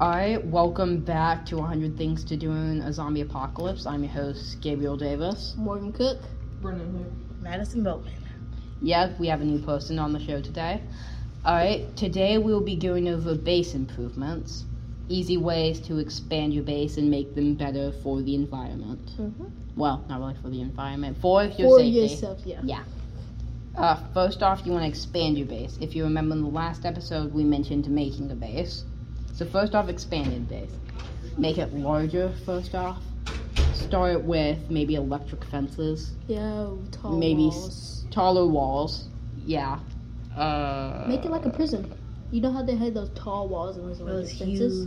I welcome back to 100 Things to Do in a Zombie Apocalypse. I'm your host, Gabriel Davis. Morgan Cook. Brennan here. Madison Bowman. Yep, we have a new person on the show today. Alright, today we will be going over base improvements, easy ways to expand your base and make them better for the environment. Mm-hmm. Well, not really for the environment, for your For safety. yourself, yeah. Uh, first off, you want to expand your base. If you remember in the last episode, we mentioned making a base. So first off, expand your base. Make it larger. First off, start with maybe electric fences, Yeah, tall Maybe s- walls. taller walls. Yeah. Uh, Make it like a prison. You know how they had those tall walls and those Those electric fences?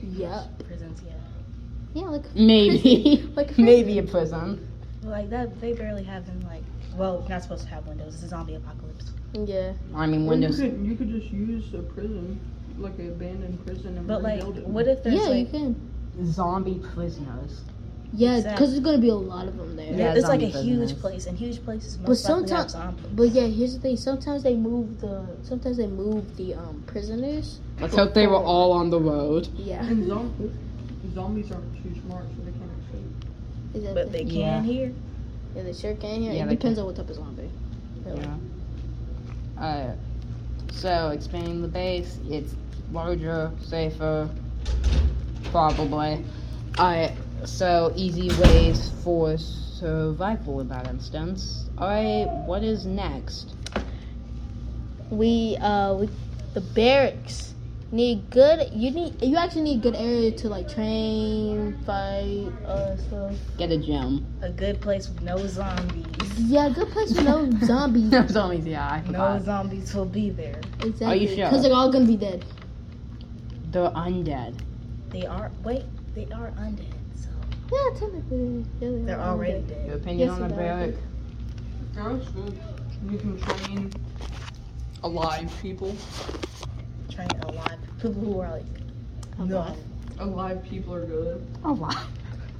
huge Yeah. prisons, yeah. Yeah, like Maybe. Like a prison. maybe a prison. Like that, they barely have them. Like, well, not supposed to have windows. It's a zombie apocalypse. yeah. I mean Or windows. You could, you could just use a prison, like an abandoned prison, and But like, rebuild it. what if there's yeah, you like, can. Zombie prisoners. Yeah, because Exact- there's gonna be a lot of them there. Yeah, it's like a zombie huge prisoners. place, and huge places most likely have sometimes- zombies. But yeah, here's the thing. Sometimes they move the sometimes they move the um prisoners. Let's hope they were all on the road. Yeah. And zombies, zombies aren't too smart, so they can't escape. Exactly. but they Yeah. can hear. yeah, they sure can. Yeah, Yeah, it they depends on what type of zombie. Really. Yeah. Uh, so expanding the base, it's larger, safer, probably. I so easy ways for survival in that instance. Alright, what is next? we uh we, the barracks need good you need you actually need good area to like train fight uh stuff Get a gym. A good place with no zombies. yeah good place for no zombies no zombies. Yeah, I No forgot. zombies will be there. exactly Are you sure? because they're all gonna be dead They're undead. They are. Wait, they are undead, so yeah technically yeah, they're all already dead. Your dead. opinion Yes, on the it does. barrack? That's good. You can train alive people. Trying to alive people who are like no. Alive. Alive people are good. Oh wow.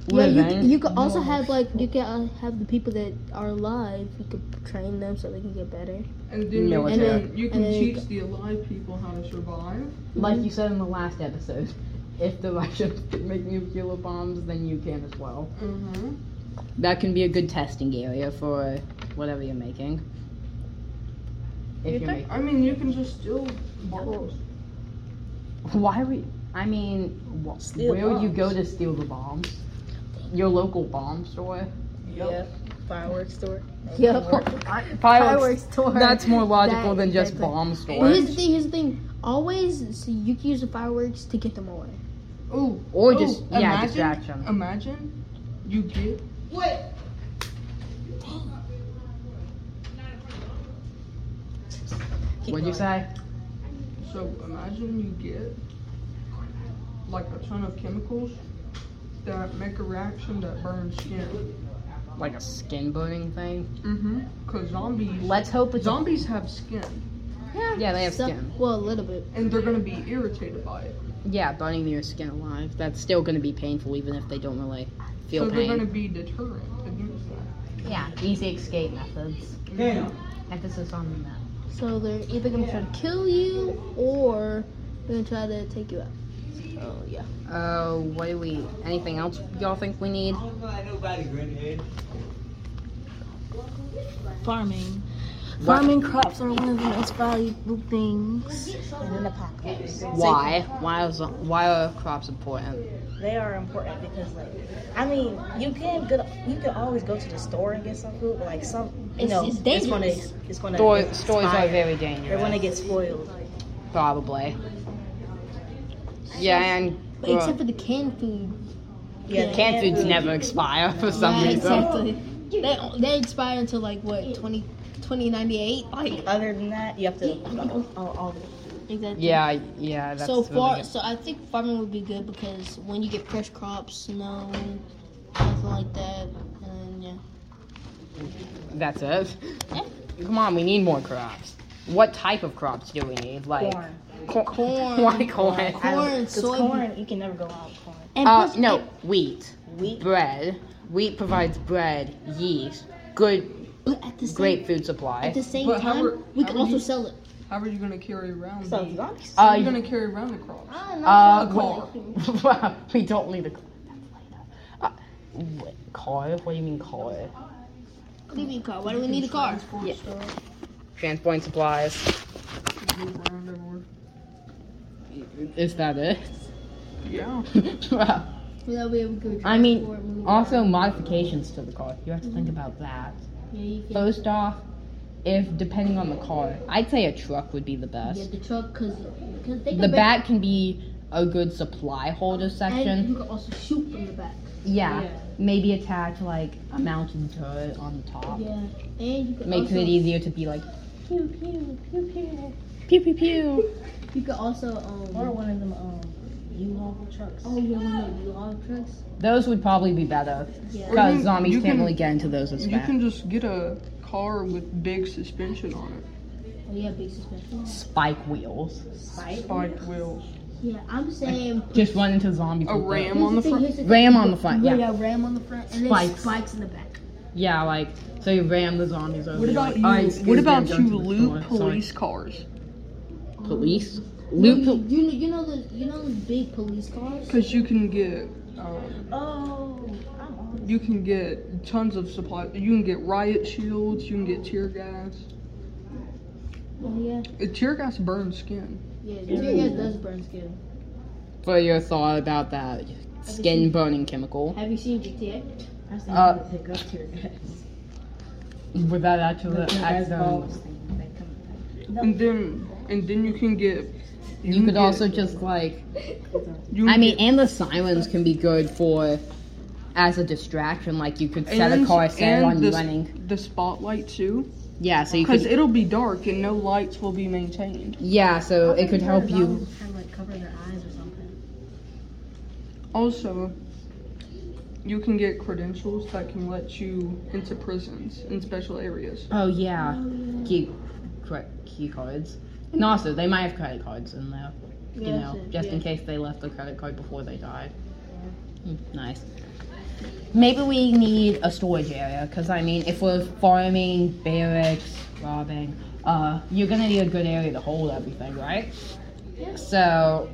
yeah you, Living. c- you could also have like you can uh, have the people that are alive you could train them so they can get better And then you Military. can, you can And then- teach the alive people how to survive. like you said in the last episode, if the Russians can make nuclear bombs, then you can as well. Mm-hmm. That can be a good testing area for whatever you're making. If you're making, I mean, you can just steal bottles. why would I mean, wh- Steal where would you go bombs. to steal the bombs? Your local bomb store. Yep. Fireworks store. Fireworks. store That's more logical That- than just that's like- bomb Well, here's the stores. thing here's the thing always so you can use the fireworks to get them away Ooh. Or ooh, just yeah, imagine, distraction. Imagine you get. What? What'd you say? So imagine you get like a ton of chemicals that make a reaction that burns skin. Like a skin burning thing? Mm-hmm. Cause zombies, Let's hope it's zombies have skin, Yeah, they have So- skin. well a little bit and they're gonna be irritated by it. Yeah, burning your skin alive. That's still going to be painful, even if they don't really feel so pain. they're gonna be deterrent against that. Yeah, easy escape methods. Yeah. Emphasis on that. So they're either gonna try to kill you or they're gonna try to take you out. Oh yeah. Uh, what do we? Anything else y'all think we need? Farming. Farming crops are one of the most valuable things in an apocalypse. Why? Why is why are crops important? They are important because, like, I mean, you can go, you can always go to the store and get some food, but like some, you It's- know, it's gonna, dangerous. it's gonna. Store, expire. stores are very dangerous. They're gonna get spoiled. probably. Yeah, and Except for the canned food. Yeah, canned and- foods never expire for some yeah, reason. exactly. They, they expire until like what 20, 2098? Like Other than that, you have to. Oh, all exactly. Yeah, yeah. That's so really far, good. so I think farming would be good because when you get fresh crops, snow, nothing like that, and yeah. That's it. Yeah. Come on, we need more crops. What type of crops do we need? Like corn. cor- Corn. Why corn? Corn, I- 'cause soy- corn, you can never go wrong with corn. And Uh, plus- no, wheat, Wheat. bread. Wheat provides bread, yeast, good, but at the same, great food at supply. the same But how time, are- we how can would also you- sell it. How are you gonna carry around? So the, zombies. how Uh, are you gonna carry around the crops? I don't know. Uh, so- car. Wow, we don't need a car. That's later. Uh, what, car? What do you mean car? What do you mean car? Why do we need a car? Transport Yeah. stuff, Transporting supplies. move around everywhere. Is that it? Yeah. wow. Without be able to I mean, transport, move Also around. modifications to the car. You have to think about that. Yeah, you can First off, if depending on the car, I'd say a truck would be the best. get the truck because they can The break- back can be a good supply holder And you section. can also shoot from the back. Yeah. yeah. Maybe attach like a mountain turret on the top. Yeah. And you can Makes also, it e- easier to be like Pew pew pew pew. pew pew pew. You can also um. Or one of them um U-Haul trucks. Oh, you want to do all trucks? Those would probably be better Yeah. Or you- because zombies you can't can- really get into those as You fast. can just get a car with big suspension on it, Oh, yeah, big suspension. Spike wheels. spiked wheels, Yeah, I'm saying. Just run into zombies. a with ram Here's on the thing, front. here's thing. Ram on the front, yeah. ram on the front, and then Spikes. spikes in the back. those. Yeah, like so you ram the zombies over. What you're about like, "Alright, you? excuse What me, I'm about going you to the loot store." Sorry. police cars? Police. you, Loot. pol- you, know, you know the you know the big police cars. Because you can get, um, Oh, I'm on. you can get tons of supplies. You can get riot shields. You can get tear gas. Oh yeah, Uh, Tear gas burns skin. yeah. Tear gas does burn skin. For your thought about that skin burning chemical. Have you seen GTA? I was Uh, thinking pick up tear gas. Would that actually The tear gas accident? bulbs thing that come- And then, and then you can get. You could get- also just like. You I can mean, get- and the sirens can be good for as a distraction. Like you could set a and- car set and on the you s- running. The spotlight too, Yeah, so you because could. it'll be dark and no lights will be maintained. Yeah, so I it could think help the you. zombies Kind of like cover their eyes or something. Also, you can get credentials that can let you into prisons in special areas. Oh yeah, key, cre- key cards. And also, they might have credit cards in there. You Yeah, know, that's it, just yeah. in case they left their credit card before they died. Hmm, nice. Maybe we need a storage area, because I mean, if we're farming, barracks, robbing, uh, you're gonna need a good area to hold everything, right? Yeah. So,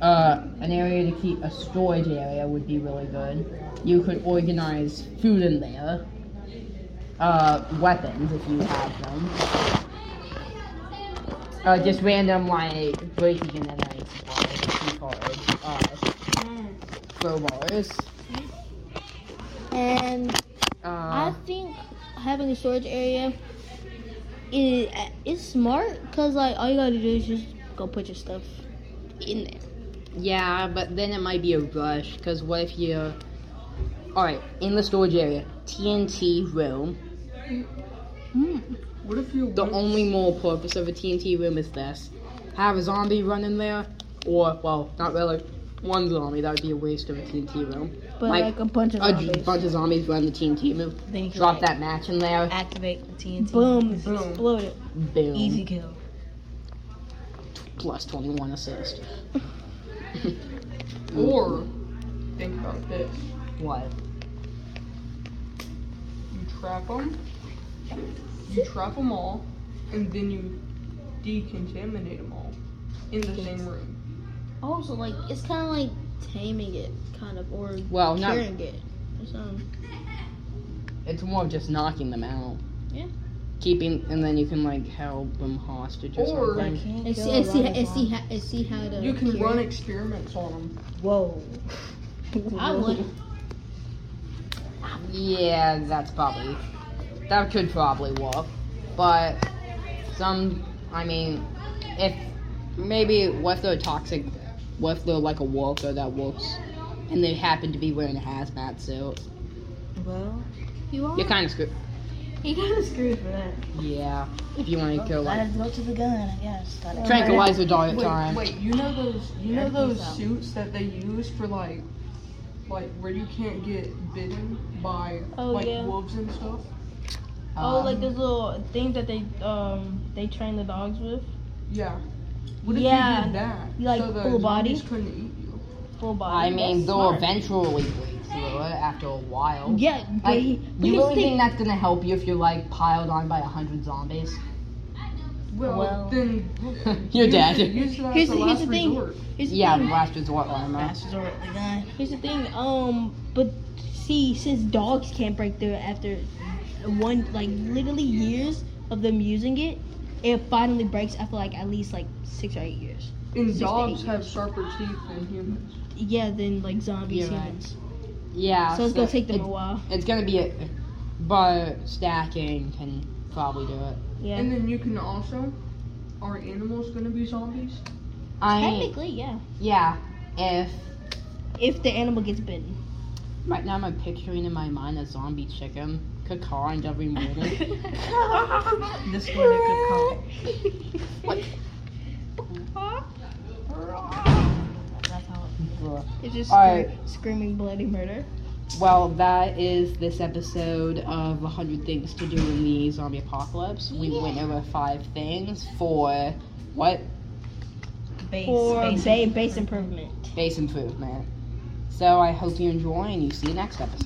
uh, an area to keep a storage area would be really good. You could organize food in there, uh, weapons if you have them. Uh, just random like breaking and entering supplies, key cards, uh, crowbars. And I Uh, think having a storage area is is smart because like all you gotta do is just go put your stuff in there. yeah, but then it might be a rush because what if you? All right, in the storage area, TNT room. What if you? The what if- only moral purpose of a TNT room is this: have a zombie run in there, or well, not really, one zombie. That would be a waste of a TNT room. But Like, like, a bunch of A zombies. bunch of zombies run the TNT room, Then you can drop like, that match in there, Activate the TNT. Boom, Boom. explode it. boom, Easy kill. plus 21 assist. Or think about this: What? you trap them, you trap them all, and then you decontaminate them all in the same room. Also, like it's kind of like taming it, kind of, or Well, not- curing it. Or something. It's more of just knocking them out. Yeah. Keeping, and then you can like held them hostage or, Or- something. And see, and see, and see, how, and see how to. You can cure run it. experiments on them. Whoa. I would. Yeah, that's probably that could probably work, but some. I mean, if maybe what if they're toxic, what if they're like a worker that works, and they happen to be wearing a hazmat suit, Well, You are. you're kind of screwed. he got of screwed for that. Yeah, if you want to kill Gotta like go to the gun. I guess. Gotta tranquilizer dart Wait, time. wait, you know those you know Everything's those out. suits that they use for like like where you can't get bitten by Oh, like yeah. wolves and stuff? Oh, Um, like this little thing that they um they train the dogs with, Yeah. What if you Yeah. did that? You, like, so the full body? zombies couldn't eat you. full body. I mean, That's they'll smart. eventually break through it after a while. Yeah, but Like, he, you but here's really the think thing. that's gonna help you if you're like piled on by a hundred zombies? Well, Well- then Your use dad. it- Use it as Here's a the- here's last the thing. resort. Here's the Yeah, thing. last resort limo. Last resort, the gun. Here's the thing. Um, but see, since dogs can't break through after one, like literally years of them using it, it finally breaks after like at least like six or eight years. And Six to dogs eight have sharper teeth than humans. Yeah, then like zombies, You're right. humans. Yeah. So it's gonna take them it- a while. It's gonna be a, but stacking can probably do it. Yeah. And then you can also, are animals gonna be zombies? I Technically, yeah. yeah. If If the animal gets bitten. right now I'm picturing in my mind a zombie chicken cacaring every morning. This one you could call. That's how it It's just Alright. scre- screaming bloody murder. well, that is this episode of 100 Things to Do in the Zombie Apocalypse. We went over five things for what base. For base- ba- base improvement. base improvement. So I hope you enjoy, and you see you next episode.